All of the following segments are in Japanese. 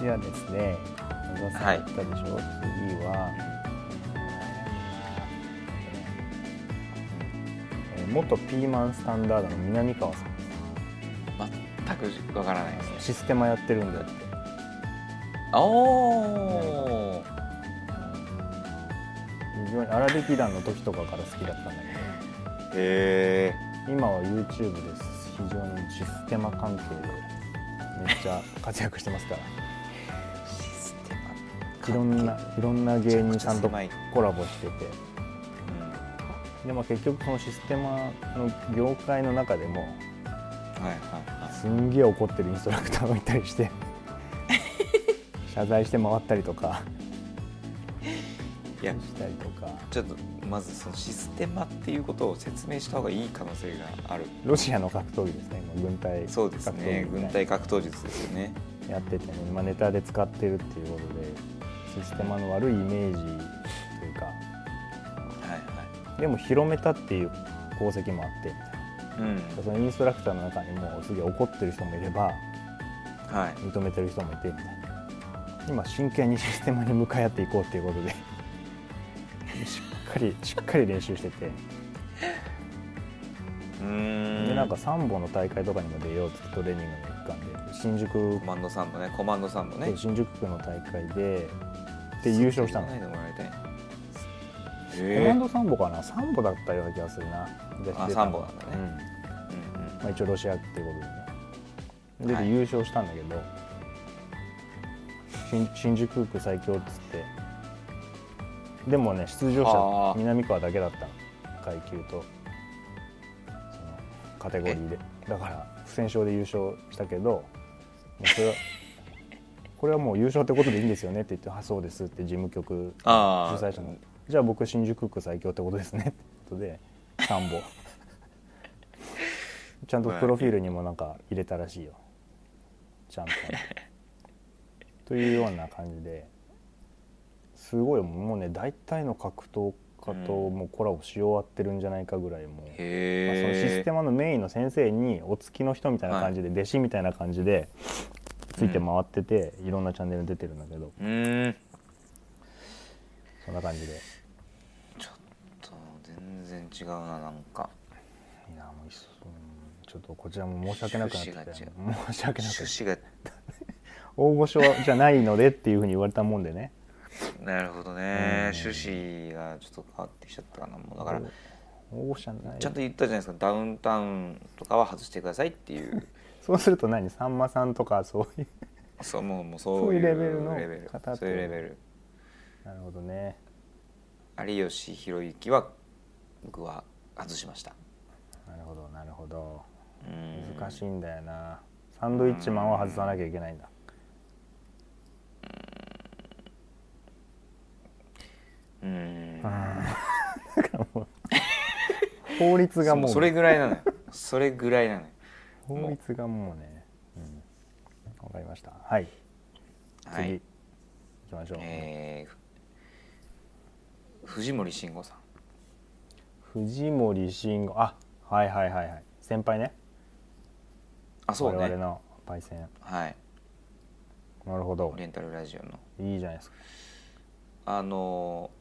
ではですね小沢さん言ったでしょ、次は、えー元ピーマンスタンダードの南川さん全くわからないですねシステマやってるんだっておー非常に荒劇団の時とかから好きだったんだへえけど今は YouTube です非常にシステマ関係でめっちゃ活躍してますからシステいろんないろんな芸人さんとめちゃくちゃ狭いコラボしててはでも結局そのシステマの業界の中でもいはいはすんげえ怒ってるインストラクターがいたりして 謝罪して回ったりとかいいやしたりとかちょっとまずそのシステマっていうことを説明した方がいい可能性があるロシアの格闘技ですね今軍隊格そう闘です技ねみ軍たい隊格闘術ですよねなやっててね今ネタで使ってるっていうことでシステマの悪いイメージというかはいでも広めたっていう功績もあってみたいはいうんなそのインストラクターの中にもすげえ怒ってる人もいればはい認めてる人もいてみたいな今真剣にシステマに向かい合っていこうっていうことでしっかりしっかり練習しててうーでなんか3本の大会とかにも出ようってトレーニングの一環で新宿コマンドさんもねコマンドさんもねそう新宿区の大会でで優勝したの、それ言わないでもらいたいコマへンドサンボかなサンボだったような気がするなあサンボなんだねうんえうんうんまあ、一応ロシアっていうことでねで、はい優勝したんだけど新新宿区最強っつってでもね出場あ者ー南川だけだったの階級とそのカテゴリーでだから不戦勝で優勝したけどもうそれはこれはもう優勝ってことでいいんですよねって言って「あそうです」って事務局主あー催者の「じゃあ僕新宿区最強ってことですね」ってことで3本 ちゃんとプロフィールにもなんか入れたらしいよちゃんとというような感じですごいもうね大体の格闘家とうもうコラボし終わってるんじゃないかぐらいもう、まあそのシスへテマのメインの先生にお付きの人みたいな感じで、弟子みたいな感じでついて回ってて、いろんなチャンネルに出てるんだけどえうーんそんな感じでちょっと全然違うななんかいやもういっそうんちょっとこちらも申し訳なくなってきた趣申し訳なくて趣旨が大御所じゃないのでっていうふうに言われたもんでねなるほどねうん趣旨がちょっと変わってきちゃったかなもうだから大御所じゃないちゃんと言ったじゃないですかダウンタウンとかは外してくださいっていうそうすると何さんまさんとか そういうそうもうもうそういうそういうレベルのレベル方とそういうレベルなるほどね有吉弘行は僕は外しましたなるほどなるほどうん難しいんだよなサンドイッチマンは外さなきゃいけないんだうん法律がそもうそれぐらい なのよそれぐらいなのよ法律がもうねうんわかりましたはいは次い行きましょうえーふ藤森慎吾さん藤森慎吾あはいはいはいはい先輩ねあそ我う々ねのパイセンはいなるほどオリエンタルラジオのいいじゃないですかあのー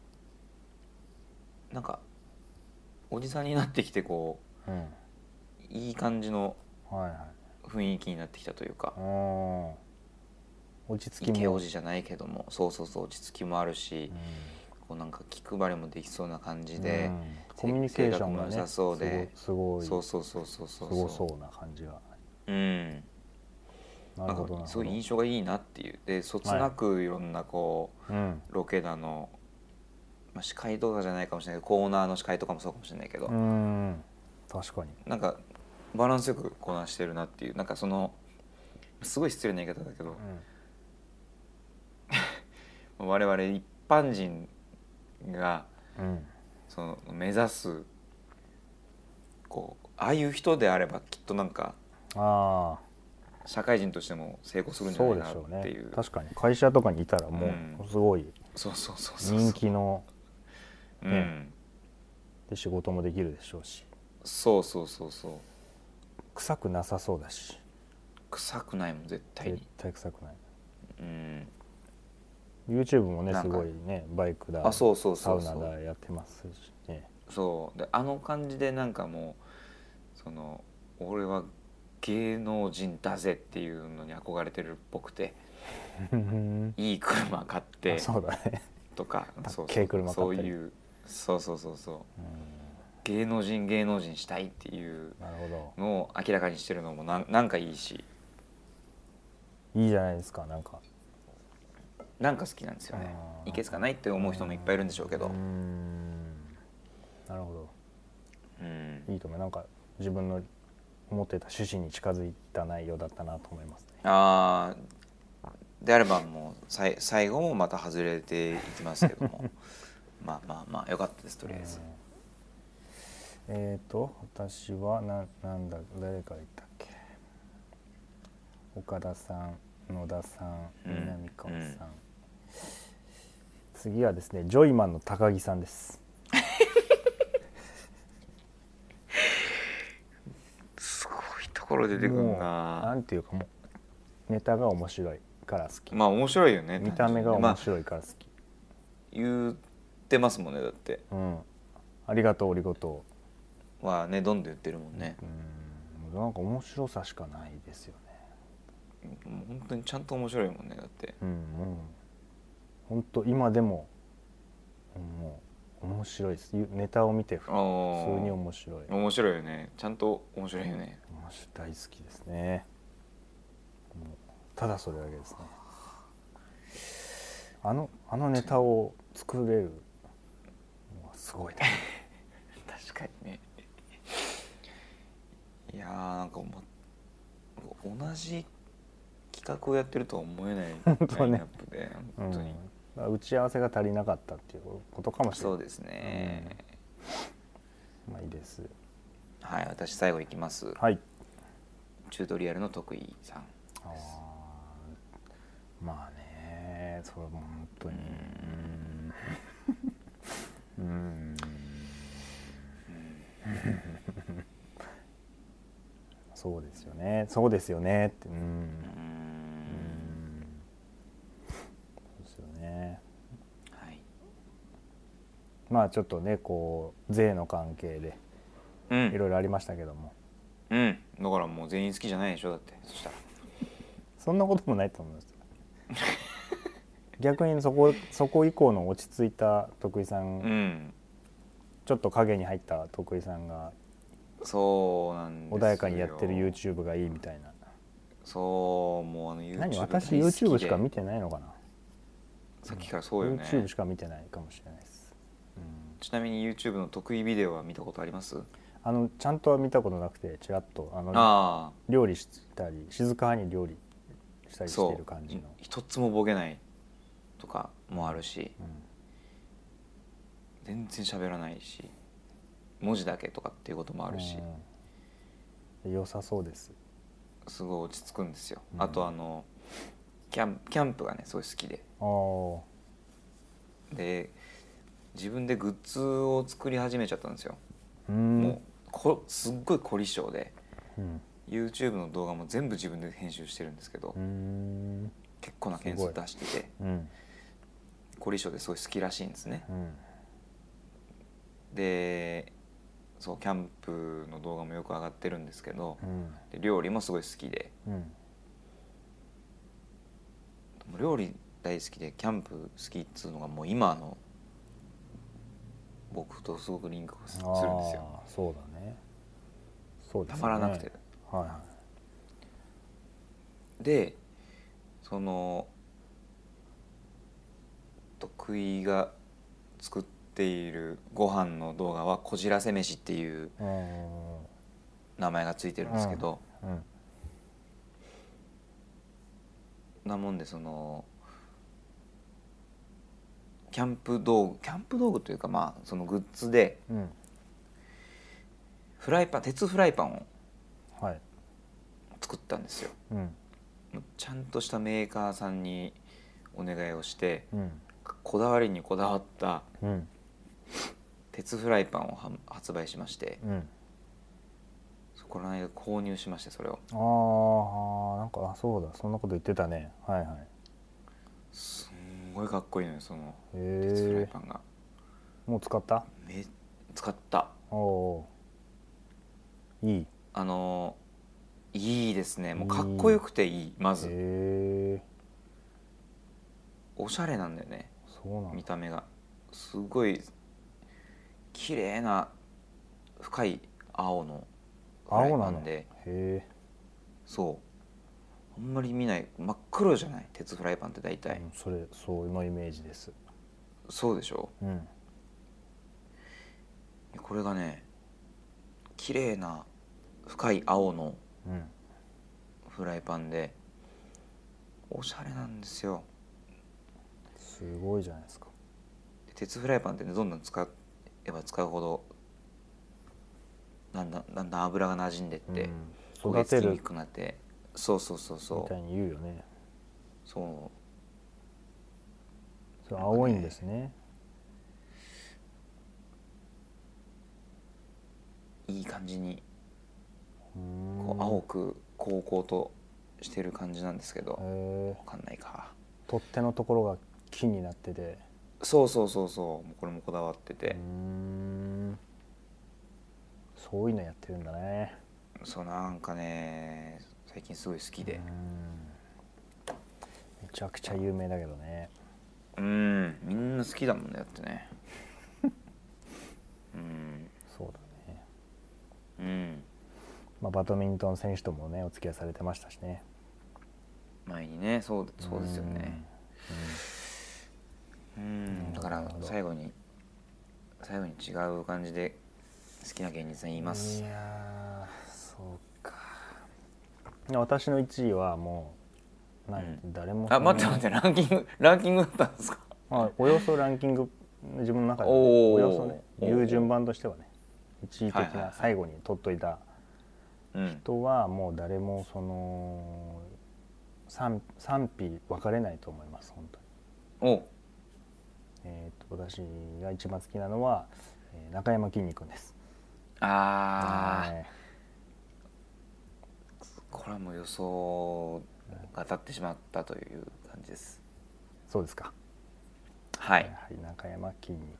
なんかおじさんになってきてこうんういい感じのはいはい雰囲気になってきたというかうん落ち着イきケもおじじゃないけどもそうそうそう落ち着きもあるし、こうなんか気配りもできそうな感うじんで、うんコミュニケーションがね性格も良さそうですごいすそごいうそうそうそうすそうごそうな感じがうんななるんほどなかるすほごどい印象がいいなっていうでそつなくいろんなこう、うんロケだの、まあ、司会とかじゃないかもしれないけどコーナーの司会とかもそうかもしれないけど、うん確かになんかバランスよくこなしてるなっていうなんかそのすごい失礼な言い方だけど、我々一般人がうんうんその目指すこうああいう人であればきっとなんかああ社会人としても成功するんじゃそうでないかしょうなっていねう確かに会社とかにいたらもううんすごいそうそうそうそう人気のうんねで仕事もできるでしょうしそうそうそうそう臭くなさそうだし臭くないもん絶対絶に対臭くないうん、 YouTube もねなんすかごいねバイクだあそうそうそうサそウナうだやってますしねそうであの感じでなんかもうその俺は芸能人だぜっていうのに憧れてるっぽくていい車買ってあ そうだね、とかっそうけえ車そ買うったりいうそうそうそうそううん芸能人芸能人したいっていうなるほのを明らかにしてるのもなんなんかいいしどいいじゃないですかなんかなんか好きなんですよねうんいけすかないって思う人もいっぱいいるんでしょうけうどんなるほうんどいいと思うなんか自分の思ってた趣旨に近づいた内容だったなと思いますねああであればもうさい最後もまた外れていきますけどもまあまあまあよかったですとりあえず、うんえー、と私はななんだ誰から言ったっけ岡田さん野田さんうん南川さん、うん次はですねジョイマンの高木さんですすごいところ出てくもるうななんていうかもうネタが面白いから好き、まあ面白いよね見た目がま面あ白いから好き、言ってますもんねだってうんありがとうありがとはねどんどん言ってるもんう、ね、うんなんか面白さしかないですよねもう本当にちゃんと面白いもんねだってうんうん本当今でもうんもう面白いですゆネタを見て普あ通にあ面白い面面白いよねちゃんと面白いよね白い大好きですねもうただそれだけですねあのあのネタを作れるのはすごいな 確かにねいやーなんか、ま、同じ企画をやってるとは思えない本当ねラインナップでうん本当に、まあ打ち合わせが足りなかったっていうことかもしれそなういですね、まあいいですはい私最後いきますはいチュートリアルの得意さんあーまあねそれも本当にうーんうーんそうですよねそうですよねってうーんうーんうーんそうですよねはいまあちょっとねこう税の関係でういんろいろありましたけどもうんだからもう全員好きじゃないでしょだってそしたらそんなこともないと思います逆にそこそこ以降の落ち着いた徳井さんうんちょっと影に入った徳井さんがそうなんですよ穏やかにやってる YouTube がいいみたいなそうもうあの YouTube 何私大好きで YouTube しか見てないのかなさっきからそうよね YouTube しか見てないかもしれないです、うんちなみに YouTube の得意ビデオは見たことありますあのちゃんとは見たことなくてちらっとあのあ料理したり静かに料理したありしてそるう感じの、一つもボケないとかもあるしうん全然喋らないし文字だけとかっていうこともあるしうん良さそうですすごい落ち着くんですようんあとあのキャンキャンプがねすごい好きであーで自分でグッズを作り始めちゃったんですようんもうこすっごい凝り性でうん YouTube の動画も全部自分で編集してるんですけどうん結構な件すご数い出しててうん凝り性ですごい好きらしいんですねうんでそうキャンプの動画もよく上がってるんですけどうんで料理もすごい好きでうんもう料理大好きでキャンプ好きっつうのがもう今の僕とすごくリンクすするんですよあーそうだねそうですたねまらなくてはいはでその得意が作っているご飯の動画は「こじらせ飯」っていういうん名前がついてるんですけど、うんなもんでそのキャンプ道具キャンプ道具というかまあそのグッズでうんフライパン鉄フライパンをはい作ったんですようんもうちゃんとしたメーカーさんにお願いをしてうんこだわりにこだわったうん鉄フライパンをは発売しましてうんそこの間購入しましてそれをああなんかあそうだそんなこと言ってたねはいはいすんごいかっこいいのよその鉄フライえパンがー、もう使っため使ったおおーいいあのいいですねもうかっこよくていいまずえー、おしゃれなんだよねそうなん見だた目がすごい綺麗な深い青のフライ青パなンのへでえそうあんまり見ない真っ黒じゃない鉄フライパンって大体、うんそれそうのイメージですそうでしょうんこれがね綺麗な深い青のうんフライパンでおしゃれなんですよすごいじゃないですかで鉄フライパンってねどんどん使えば使うほどだんだんだんだん油が馴染んでって、うん、焦げ育つてきるにみくくなってそうそうそうそたいに言うよねうそうそれ青いんですねいい感じにうーんこう青く高々としてる感じなんですけど、わへえかんないか取っ手のところが木になっててそうそうそうそうもうこれもこだわってうてー、んそういうのやってるんだねそうなんかね最近すごい好きうでんめちゃくちゃ有名だけどねうんみんな好きだもんねだって ねうんそうだね、うんまあ、バドミントン選手ともねお付き合いされてましたしね前にねそうそうですよねうんだかなるらほど最後に最後に違う感じで好きな芸人さん言いいますいやーそうかいや私の1位はもうなんうん誰もあ待って待ってランキングランキングだったんですかあおよそランキング自分の中でおーおよそねおー言う順番としてはね1位はい的はいはいな最後に取っといたうん人はもう誰もその賛賛否分かれないと思います本当に、おえー、と私が一番好きなのは、えー中山きんに君ですあーはいこれはもう予想が当たってしまったという感じですそうですかはやいはり中山きんに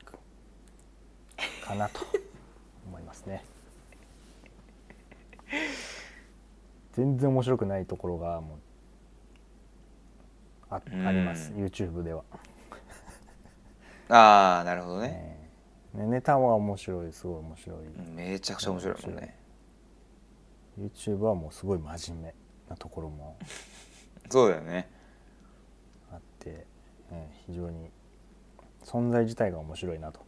君かなと思いますね 全然面白くないところがもうあうんあります YouTube では、ああなるほどねええねネタは面白いすごい面白い、うんめちゃくちゃ面白いもんね YouTube はもうすごい真面目なところもそうだよねあって、ええ非常に存在自体が面白いなと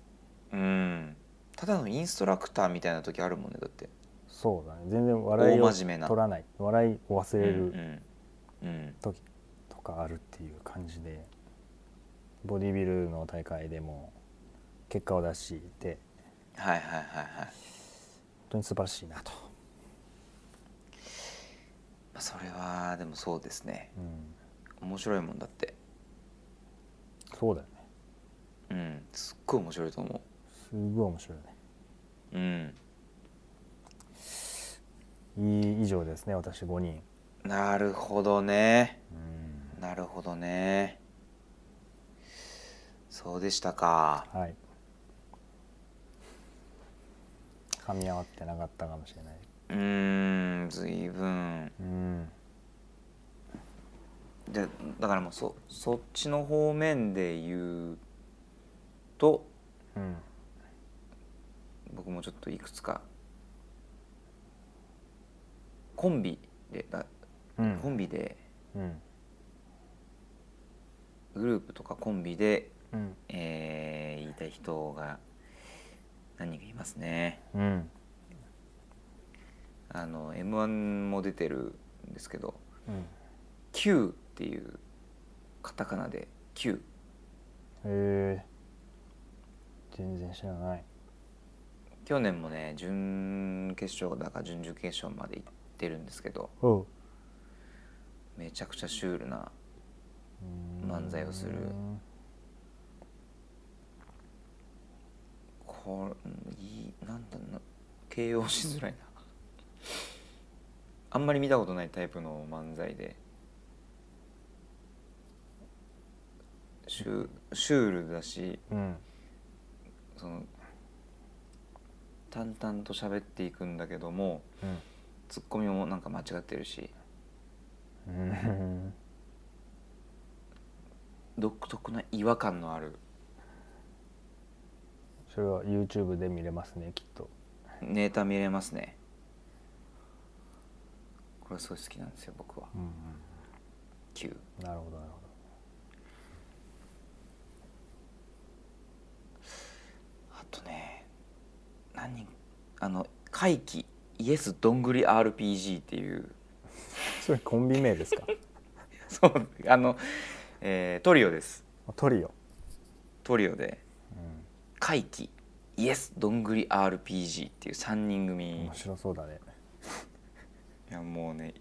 うんただのインストラクターみたいな時あるもんねだってそうだね全然笑いを大真取面目ならない笑いを忘れる、うんうん、うん時とかあるっていう感じでボディビルの大会でも結果を出していてはいはいはいはい、本当に素晴らしいなと、まあ、それはでもそうですねうん、面白いもんだってそうだよねうんすっごい面白いと思すごい面白いねううんいい以上ですね私5人、なるほどねうん、なるほどねそうでしたかはい噛み合わってなかったかもしれないうーん随分うんでだからもうそそっちの方面で言うとうん僕もちょっといくつかコンビでだうコんンビでうんグループとかコンビで、うんえー言いたい人が何人かいますねうんあの m 1も出てるんですけどうん Q っていうカタカナで Q えー、全然知らない去年もね準決勝だか準々決勝まで行ってるんですけどおうめちゃくちゃシュールな漫才をするうんこれうんいいなんだろうな形容しづらいなあんまり見たことないタイプの漫才でシュシュールだしうんその淡々と喋っていくんだけどもツッコミもなんか間違ってるしうんうん独特な違和感のあるそれは YouTube で見れますねきっとネタ見れますねこれはすごい好きなんですよ僕はうん9うんなるほどなるほあとね何あの怪奇イエスどんぐり RPG っていう どそれコンビ名です かそうあの、えートリオですトリオ、トリオでう怪奇イエスどんぐり RPG っていう3人ん、組面白そうだねいやもうね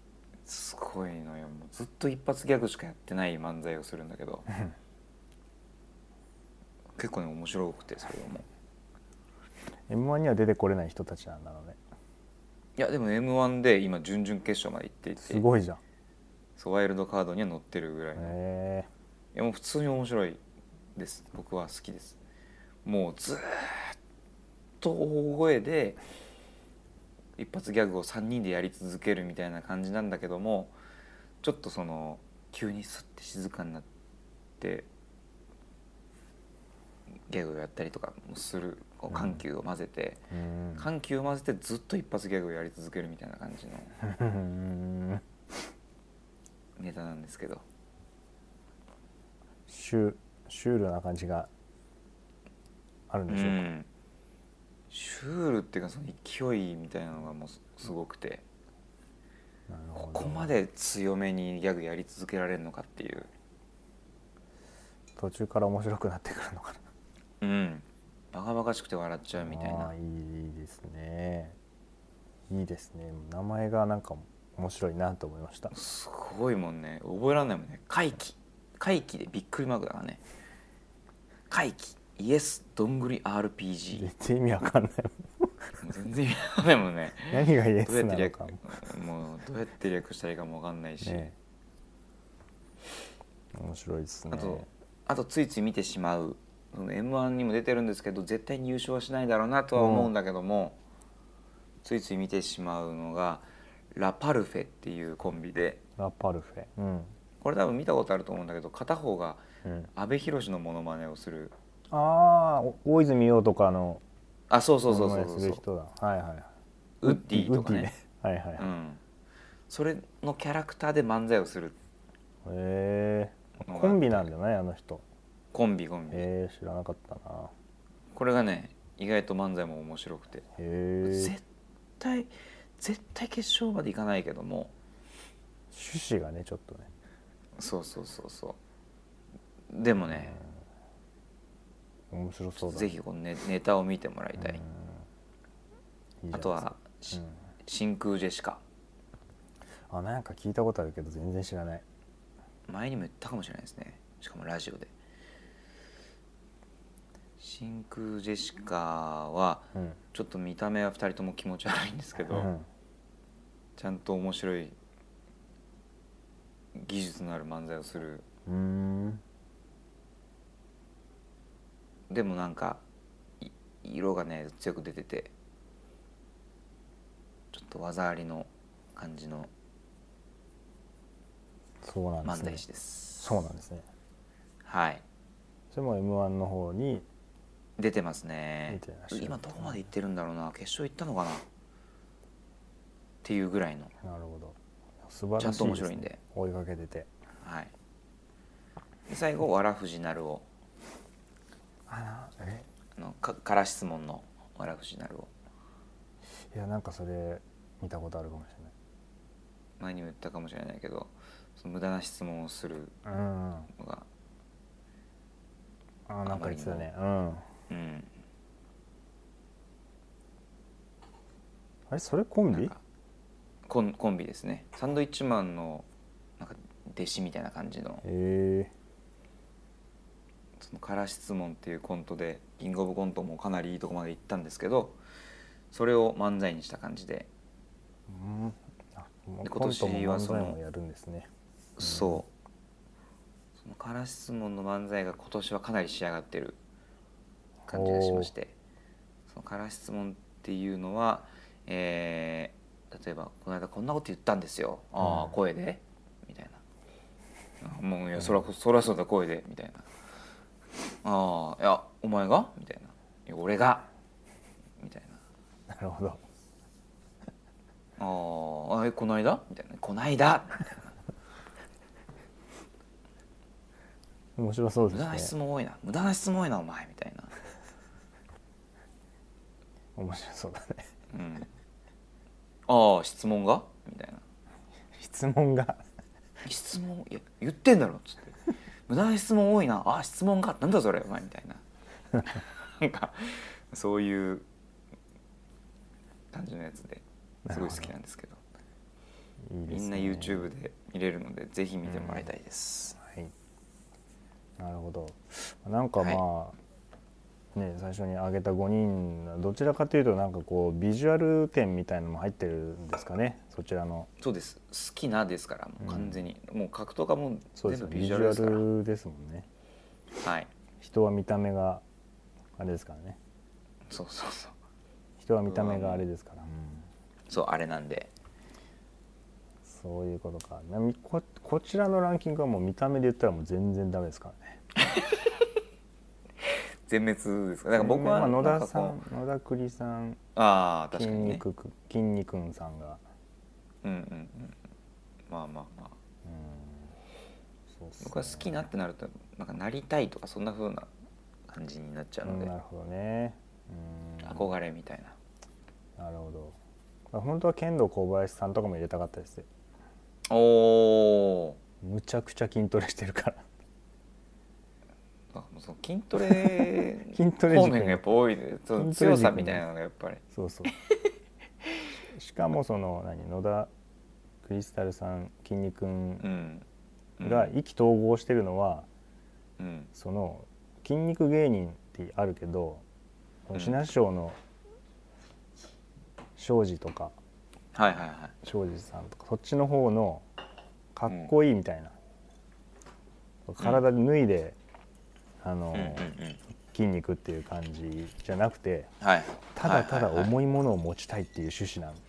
すごいのよもうずっと一発ギャグしかやってない漫才をするんだけ どん結構ね面白くてそれはもう m 1には出てこれない人たちなんだろうねいやでも m 1で今準々決勝まで行っていてすごいじゃんへそうワイルドカードには載ってるぐらいの、えいやもう普通に面白いです僕は好きですもうずーっと大声で一発ギャグを3人でやり続けるみたいな感じなんだけどもちょっとその急にスッて静かになってギャグをやったりとかもするこううん緩急を混ぜて、うん緩急を混ぜてずっと一発ギャグをやり続けるみたいな感じのうんネタなんですけどシュシュールな感じがあるんでしょうか、ん、シュールっていうかその勢いみたいなのがもうすすごくてなるほこどこまで強めにギャグやり続けられるのかっていう、途中から面白くなってくるのかなうん、バカバカしくて笑っちゃうみたいあなーいいいいですねいいですね名前がなんか面白いなと思いましたすごいもんね覚えられないもんね怪奇怪奇でびっくりマークだからね怪奇イエスどんぐり RPG 絶対意味わかんないもう全然意味わかんないもんね何がイエどうやスってなリのアかクも、ね もうどうやって略したらいいかもわかんないし、え、面白いですねあとあとついつい見てしまう m 1にも出てるんですけど絶対に優勝はしないだろうなとは思うんだけども、ついつい見てしまうのがラ・パルフェっていうコンビでラパルフェうん、これ多分見たことあると思うんだけど片方がうん、阿部寛のモノマネをするああ大泉洋とかのあそうそうそう名前そうそうする人だはいはいウッディとかね、ウッディはいはいうはい、へん、それのキャラクターで漫才をするえコンビなんじゃないあの人コンビコンビ、へえ知らなかったなこれがね意外と漫才も面白くてへえ絶対絶対決勝までいかないけども趣旨がねちょっとねそうそうそうそうでもね、面白そうだぜひこのネネタを見てもらいたうい、んいいじゃないですかあとは、しうん真空ジェシカあなんか聞いたことあるけど全然知らない前にも言ったかもしれないですねしかもラジオで真空ジェシカはうん、ちょっと見た目は2人とも気持ち悪いんですけど、うんちゃんと面白い技術のある漫才をするうーんでもなんかい色がね強く出ててちょっと技ありの感じのそうなんで漫すね才師ですそうなんですねはいそれも m 1の方に出てますね出てらっしゃる今どこまで行ってるんだろうな決勝行ったのかなっていうぐらいのなるほど素晴らしいちゃんと面白いんですね追いかけててはいで最後わらふじなるをあなえあのかから質問のわらふじなるをいやなんかそれ見たことあるかもし前にも言ったかもしれないけどその無駄な質問をするれないうんうんのがあなんか言ってたねうんうんあれそれコンなんビかコンコンビですねサンドイッチマンのなんか弟子みたいな感じのええその「から質問」っていうコントでキングオブコントもかなりいいとこまで行ったんですけどそれを漫才にした感じでうんあもうでコントも今年は漫その才もやるんですねそうそのから質問の漫才が今年はかなり仕上がってる感じがしましてそのから質問っていうのは、えー例えば「この間こんなこと言ったんですよああ、うん声で?」みたいな あ「もういやそらそらそうだ声で」みたいな「ああいやお前が?」みたいな「いや俺が?」みたいななるほどあーあえこの間みたいな「こないだ」面白そう無駄なで質すね問多いな無駄な質問多いなお前みたいな、面白そうだね うん、ああ質問がみたいな質問が質問いや言ってんだろっつって無駄な質問多いなああ質問がなんだそれお前みたいななんかそういう感じのやつですごい好きなんですけどいいでみす、ね、んな YouTube で見れるのでぜひ見てもらいたいです、はい、なるほどなんかまあ、ね最初に挙げた5人どちらかというとなんかこうビジュアル点みたいのも入ってるんですかねそちらのそうです好きなですからもう完全に、もう格闘家もそうで全すよ部ビビジジュアルュですからアルですもんねはい人は見た目があれですからねそうそうそう人は見た目があれですから、うんそうあれなんでそういうことかなみここちらのランキングはもう見た目で言ったらもう全然ダメですからね全滅ですかだから僕まはあ野なん田かさこんう野田栗さんああ確筋かにね肉く、筋肉んさんがうんうんうんまあまあまあうんそうっすね僕は好きなってなるとなんかなりたいとかそんな風な感じになっちゃうのうんで、なるほどねうん憧れみたいななるほどまあ本当は剣道小林さんとかも入れたかったですおおむちゃくちゃ筋トレしてるから ーなんかもうその筋トレ 筋トレ方軸に面がやっぱ多いねその筋トレ軸に強さみたいなのがやっぱりそうそうしかもその何野田クリスタルさん筋肉うんん、うん、が意気投合してるのは、うんその筋肉芸人ってあるけどこの品師匠の庄司とかはいはいはい庄司さんとかそっちの方のかっこいいみたいな、体で脱いで、あうのんうんうん筋肉っていう感じじゃなくてはいただただはいはいはい重いものを持ちたいっていう趣旨 なんで、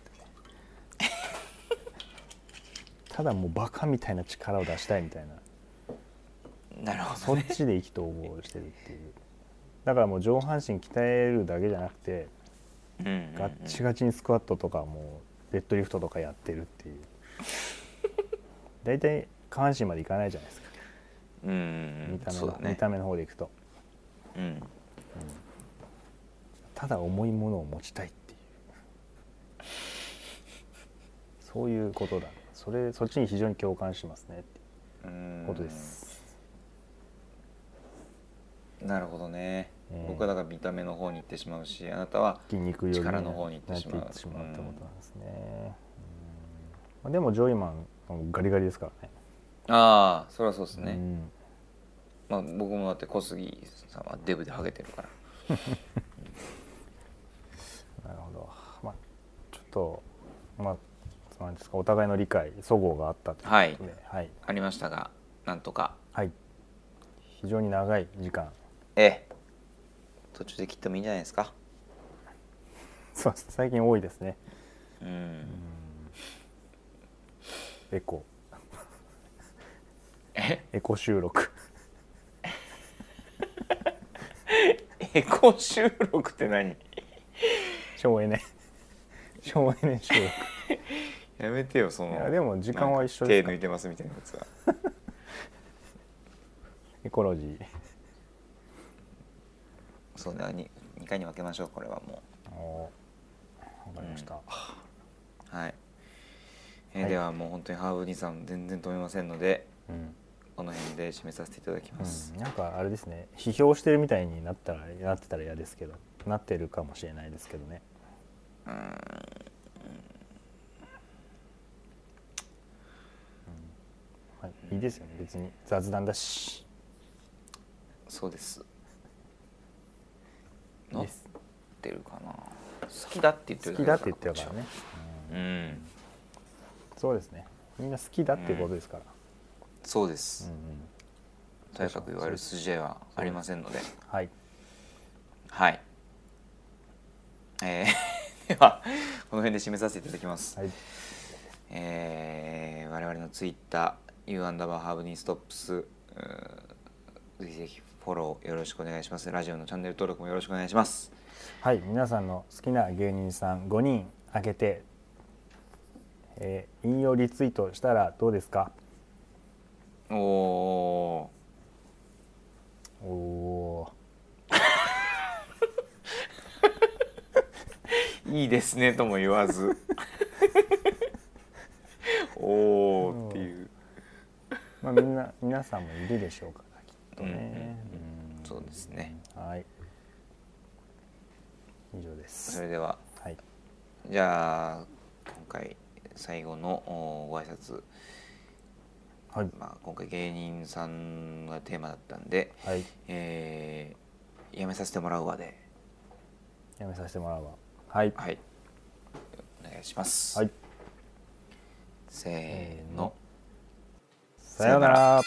ただもうバカみたいな力を出したいみた いななるほどそっちで意気投合してるっていうだからもう上半身鍛えるだけじゃなくてうんうんうんガッチガチにスクワットとかもうデッドリフトとかやってるっていう大体下半身までいかないじゃないですかうんうんうん見た目そうのだ、ね見た目の方でいくとうんただ重いものを持ちたいっていうそういうことだそれそっちに非常に共感しますねってうんことですなるほどね、うん僕はだから見た目の方に行ってしまうしあなたは筋肉よりね力の方に行ってしまうなっていってしまうってことなんですね、うんまあ、でもジョイマンはもうガリガリですからねああそりゃそうですね、うんまあ、僕もだって小杉さんはデブでハゲてるからなるほどまあちょっとまあそうなんですかお互いの理解齟齬があったということではい、ありましたがなんとかはい非常に長い時間 ええ途中で切ってもいいんじゃないですかそうです最近多いですねうん、エコえエコ収録 エコ収録って何省エネ 省エネ 収録やめてよそのいやでも時間は一緒ですです手抜いてますみたいなやつはエコロジーそうだ 2, 2回に分けましょうこれはもおーわかりました、うはい、えーはいではもう本当にハーブ兄さん全然止めませんのでうんこの辺で締めさせていただきますう、んなんかあれですね批評してるみたいになったらなってたら嫌ですけどなってるかもしれないですけどねうんはい、いいですよね別に雑談だしそうですいいなっですてるかな好きだって言って好るきだって言ってるからね、うんうんそうですねみんな好きだっていうことですから、そうです、うんうんとやかく言われる筋合いはありませんのではいはいえー ではこの辺で締めさせていただきます、はいえー我々のツイッター U アンダーバーハーブニーストップスぜひぜひフォローよろしくお願いしますラジオのチャンネル登録もよろしくお願いしますはい皆さんの好きな芸人さん5人挙げて、えー引用リツイートしたらどうですかおおおおーいいですねとも言わず おおっていうーまあみんな 皆さんもいるでしょうからきっとねうんうんうんそうですねうんはい以上でそすれでははいじゃあ今回最後のおご挨拶、はいまあ、今回芸人さんがテーマだったんで、はいえーやめさせてもらうわでやめさせてもらうわはいはいお願いします、はいせーのさようなら